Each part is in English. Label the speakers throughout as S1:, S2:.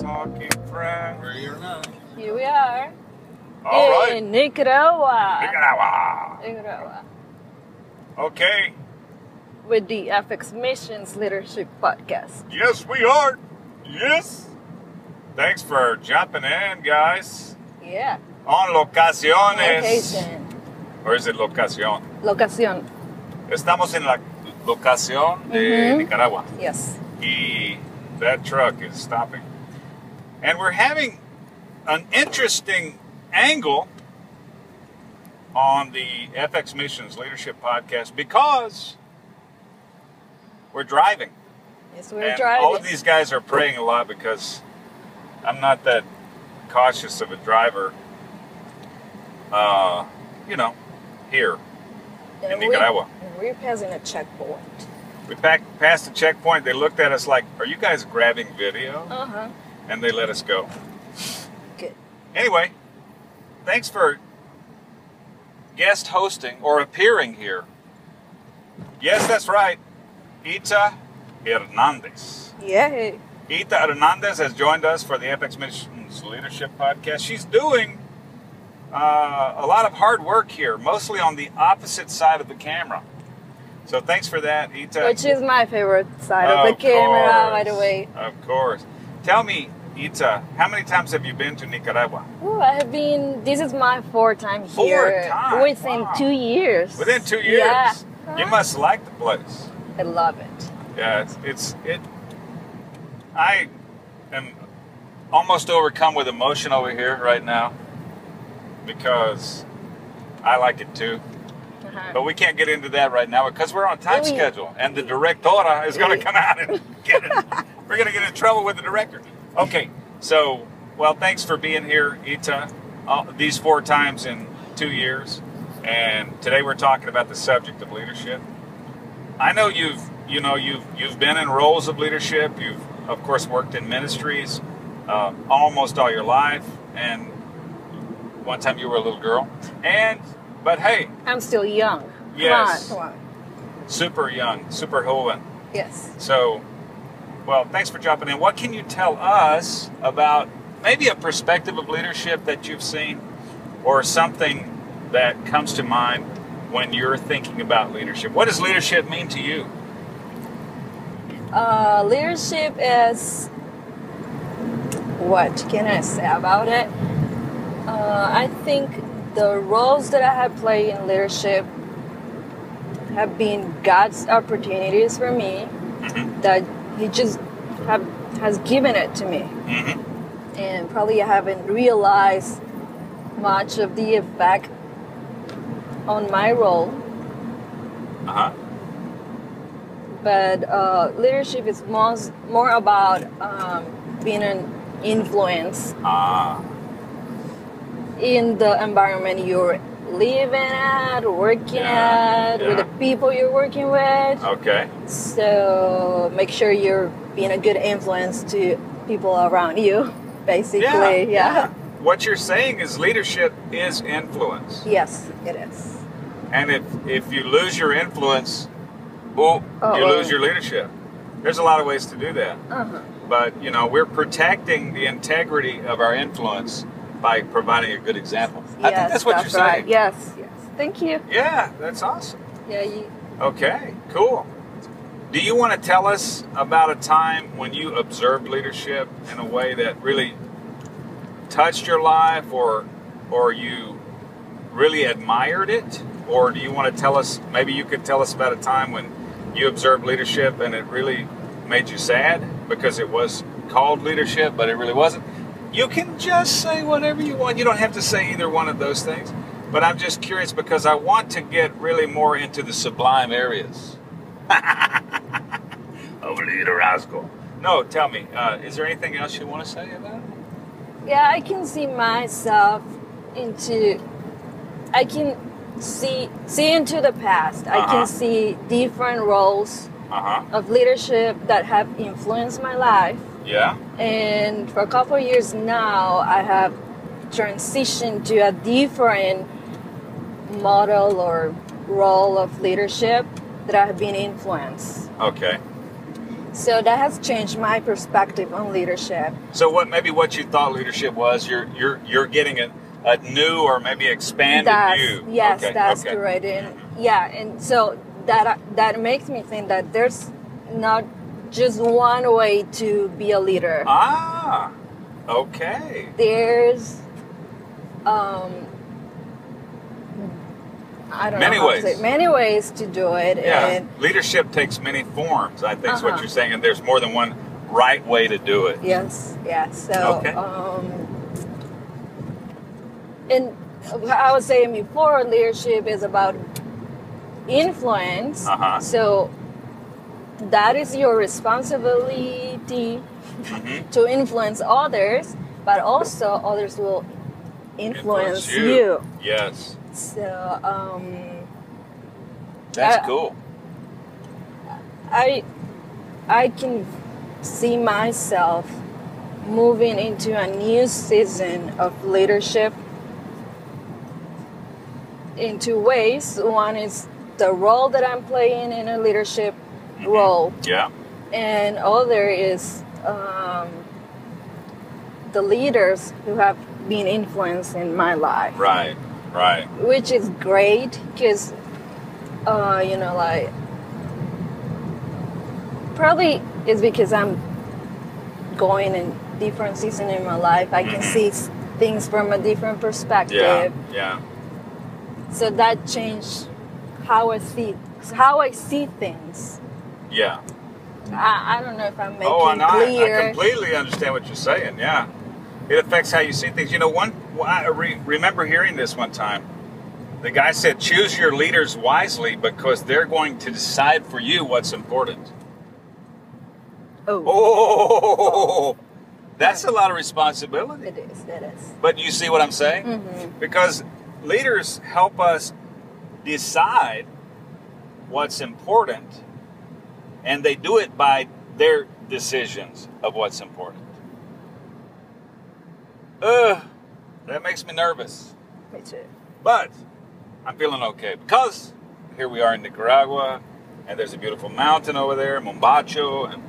S1: talking prayer.
S2: Here we are
S1: All right.
S2: in Nicaragua.
S1: Nicaragua.
S2: Nicaragua.
S1: Okay.
S2: With the FX Missions Leadership Podcast.
S1: Yes, we are. Yes. Thanks for jumping in, guys.
S2: Yeah.
S1: On locaciones.
S2: Location.
S1: Or is it locación?
S2: Locación.
S1: Estamos en la locación de Nicaragua.
S2: Yes.
S1: He, that truck is stopping. And we're having an interesting angle on the FX Missions Leadership Podcast because we're driving.
S2: Yes, we're
S1: and
S2: driving.
S1: all of these guys are praying a lot because I'm not that cautious of a driver. Uh, you know, here
S2: And
S1: in
S2: we-
S1: Nicaragua.
S2: and We're passing a checkpoint.
S1: we pack, passed the checkpoint. They looked at us like, "Are you guys grabbing video?"
S2: Uh huh.
S1: And they let us go.
S2: Good.
S1: Anyway, thanks for guest hosting or appearing here. Yes, that's right. Ita Hernandez.
S2: Yeah.
S1: Ita Hernandez has joined us for the FX Missions Leadership Podcast. She's doing uh, a lot of hard work here, mostly on the opposite side of the camera. So thanks for that, Ita.
S2: Which is my favorite side of, the camera, by the
S1: course.
S2: way.
S1: Of course. Tell me, Ita, how many times have you been to Nicaragua?
S2: Ooh, I have been. This is my fourth time
S1: Four
S2: here.
S1: times,
S2: Within
S1: wow.
S2: two years.
S1: Within two years.
S2: Yeah.
S1: You must like the place.
S2: I love it.
S1: Yeah, it's, it's it. I am almost overcome with emotion over here right now because I like it too.
S2: Uh-huh.
S1: But we can't get into that right now because we're on a time
S2: Oh, yeah.
S1: schedule, and the directora is going
S2: Yeah.
S1: to come out and get it. we're going to get in trouble with the director. Okay, so well, thanks for being here, Ita. Uh, these four times in two years, and today we're talking about the subject of leadership. I know you've you know you've you've been in roles of leadership. You've of course worked in ministries uh, almost all your life, and one time you were a little girl. And but hey,
S2: I'm still young.
S1: Yes.
S2: Come on, come on.
S1: super young, super joven.
S2: Yes.
S1: So, well, thanks for jumping in. What can you tell us about maybe a perspective of leadership that you've seen or something that comes to mind when you're thinking about leadership? What does leadership mean to you?
S2: Uh, leadership is. What can I say about it? Uh, I think the roles that I have played in leadership have been God's opportunities for me that He just have, has given it to me.
S1: Mm-hmm.
S2: and probably I haven't realized much of the effect on my role.
S1: Uh-huh.
S2: But uh, leadership is most, more about um, being an influence
S1: Ah,
S2: in the environment you're living at, working
S1: Yeah,
S2: at, with
S1: yeah. Oh.
S2: the people you're working with.
S1: okay.
S2: So make sure you're being a good influence to people around you, basically. yeah.
S1: What you're saying is leadership is influence.
S2: Yes, it is.
S1: And if if you lose your influence, well, you
S2: Uh-oh.
S1: lose your leadership. There's a lot of ways to do that.
S2: Uh-huh.
S1: But you know, we're protecting the integrity of our influence by providing a good example. I think that's what you're
S2: right.
S1: saying.
S2: Yes, yes. Thank you.
S1: Yeah, that's awesome.
S2: Yeah, you,
S1: Okay, cool. Do you want to tell us about a time when you observed leadership in a way that really touched your life or or you really admired it or do you want to tell us? Maybe you could tell us about a time when you observed leadership and it really made you sad because it was called leadership, but it really wasn't. You can just say whatever you want. You don't have to say either one of those things. But I'm just curious because I want to get really more into the sublime areas of leader Osgood. No, tell me, uh, is there anything else you want to say about it?
S2: Yeah, I can see myself into. I can see see into the past. I
S1: Uh-huh.
S2: can see different roles
S1: Uh huh.
S2: of leadership that have influenced my life.
S1: Yeah.
S2: And for a couple of years now, I have transitioned to a different model or role of leadership that I have been influenced.
S1: Okay.
S2: So that has changed my perspective on leadership.
S1: So what maybe what you thought leadership was, you're you're you're getting a, a new or maybe expanded
S2: that's
S1: view.
S2: yes,
S1: Okay,
S2: that's
S1: okay.
S2: correct. And yeah, and so that that makes me think that there's not just one way to be a leader.
S1: Ah. Okay.
S2: there's um I don't
S1: Many
S2: know. how to say
S1: ways.
S2: it. Many ways to do it.
S1: Yeah.
S2: And
S1: Leadership takes many forms, I think is what
S2: Uh-huh.
S1: you're saying, and there's more than one right way to do it.
S2: yes, yeah. So
S1: Okay.
S2: um and I was saying before leadership is about influence.
S1: Uh-huh.
S2: So that is your responsibility
S1: Mhm.
S2: to influence others, but also others will influence, you.
S1: Yes.
S2: So um
S1: That's
S2: Uh,
S1: cool.
S2: I I can see myself moving into a new season of leadership in two ways. One is the role that I'm playing in a leadership role,
S1: Yeah.
S2: and other is um, the leaders who have been influenced in my life
S1: Right. Right.
S2: which is great because uh, you know like probably it's because i'm going in different season in my life i can see s-
S1: Mm-hmm.
S2: things from a different
S1: Yeah.
S2: perspective
S1: Yeah.
S2: so that changed how i see how i see things
S1: Yeah.
S2: i, I don't know if i'm making
S1: oh, and I,
S2: clear
S1: I completely understand what you're saying. Yeah, it affects how you see things. You know, one I re, remember hearing this one time. The guy said, "Choose your leaders wisely because they're going to decide for you what's important."
S2: oh
S1: Oh, that's a lot of responsibility.
S2: it is it is
S1: But you see what I'm saying? Because leaders help us decide what's important, and they do it by their decisions of what's important. Ugh, that makes me nervous.
S2: me too
S1: But I'm feeling okay because here we are in Nicaragua, and there's a beautiful mountain over there, Mombacho, and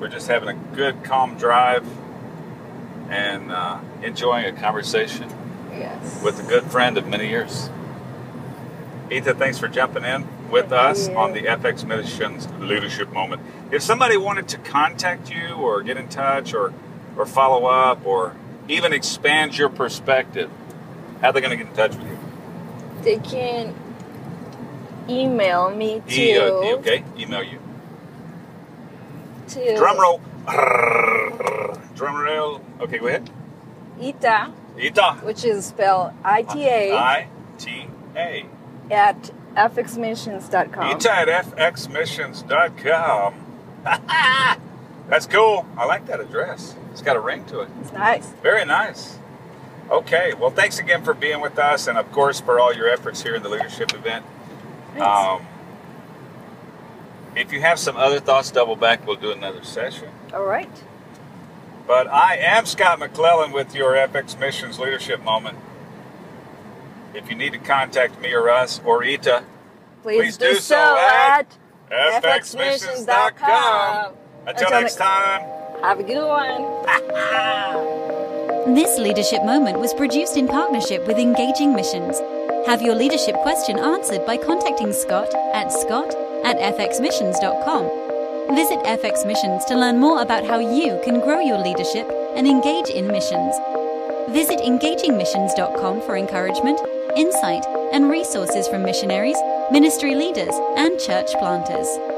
S1: we're just having a good, calm drive and uh, enjoying a conversation
S2: yes
S1: with a good friend of many years. Ita, thanks for jumping in with us
S2: you.
S1: on the FX Missions Leadership Moment. If somebody wanted to contact you or get in touch or, or follow up or even expand your perspective, how are they going to get in touch with you?
S2: they can email me to
S1: E- uh, e- okay, email you.
S2: to
S1: Drum roll. Drum roll. Okay, go ahead.
S2: ita
S1: Ita.
S2: which is spelled ITA
S1: I T A.
S2: at fxmissions.com.
S1: Ita at fxmissions.com. That's cool. I like that address. It's got a ring to it.
S2: It's nice.
S1: Very nice. Okay. Well, thanks again for being with us and, of course, for all your efforts here in the leadership event.
S2: Nice.
S1: Um, if you have some other thoughts, double back. We'll do another session.
S2: All right.
S1: But I am Scott McClellan with your FX Missions Leadership Moment. If you need to contact me or us or Ita, please
S2: Please, do,
S1: do so
S2: so at
S1: fxmissions.com. Until
S2: Until
S1: next
S2: next-
S1: time.
S2: Have a good one.
S3: This leadership moment was produced in partnership with Engaging Missions. Have your leadership question answered by contacting Scott at scott at fxmissions.com. Visit FX Missions to learn more about how you can grow your leadership and engage in missions. Visit engagingmissions.com for encouragement insight and resources from missionaries, ministry leaders, and church planters.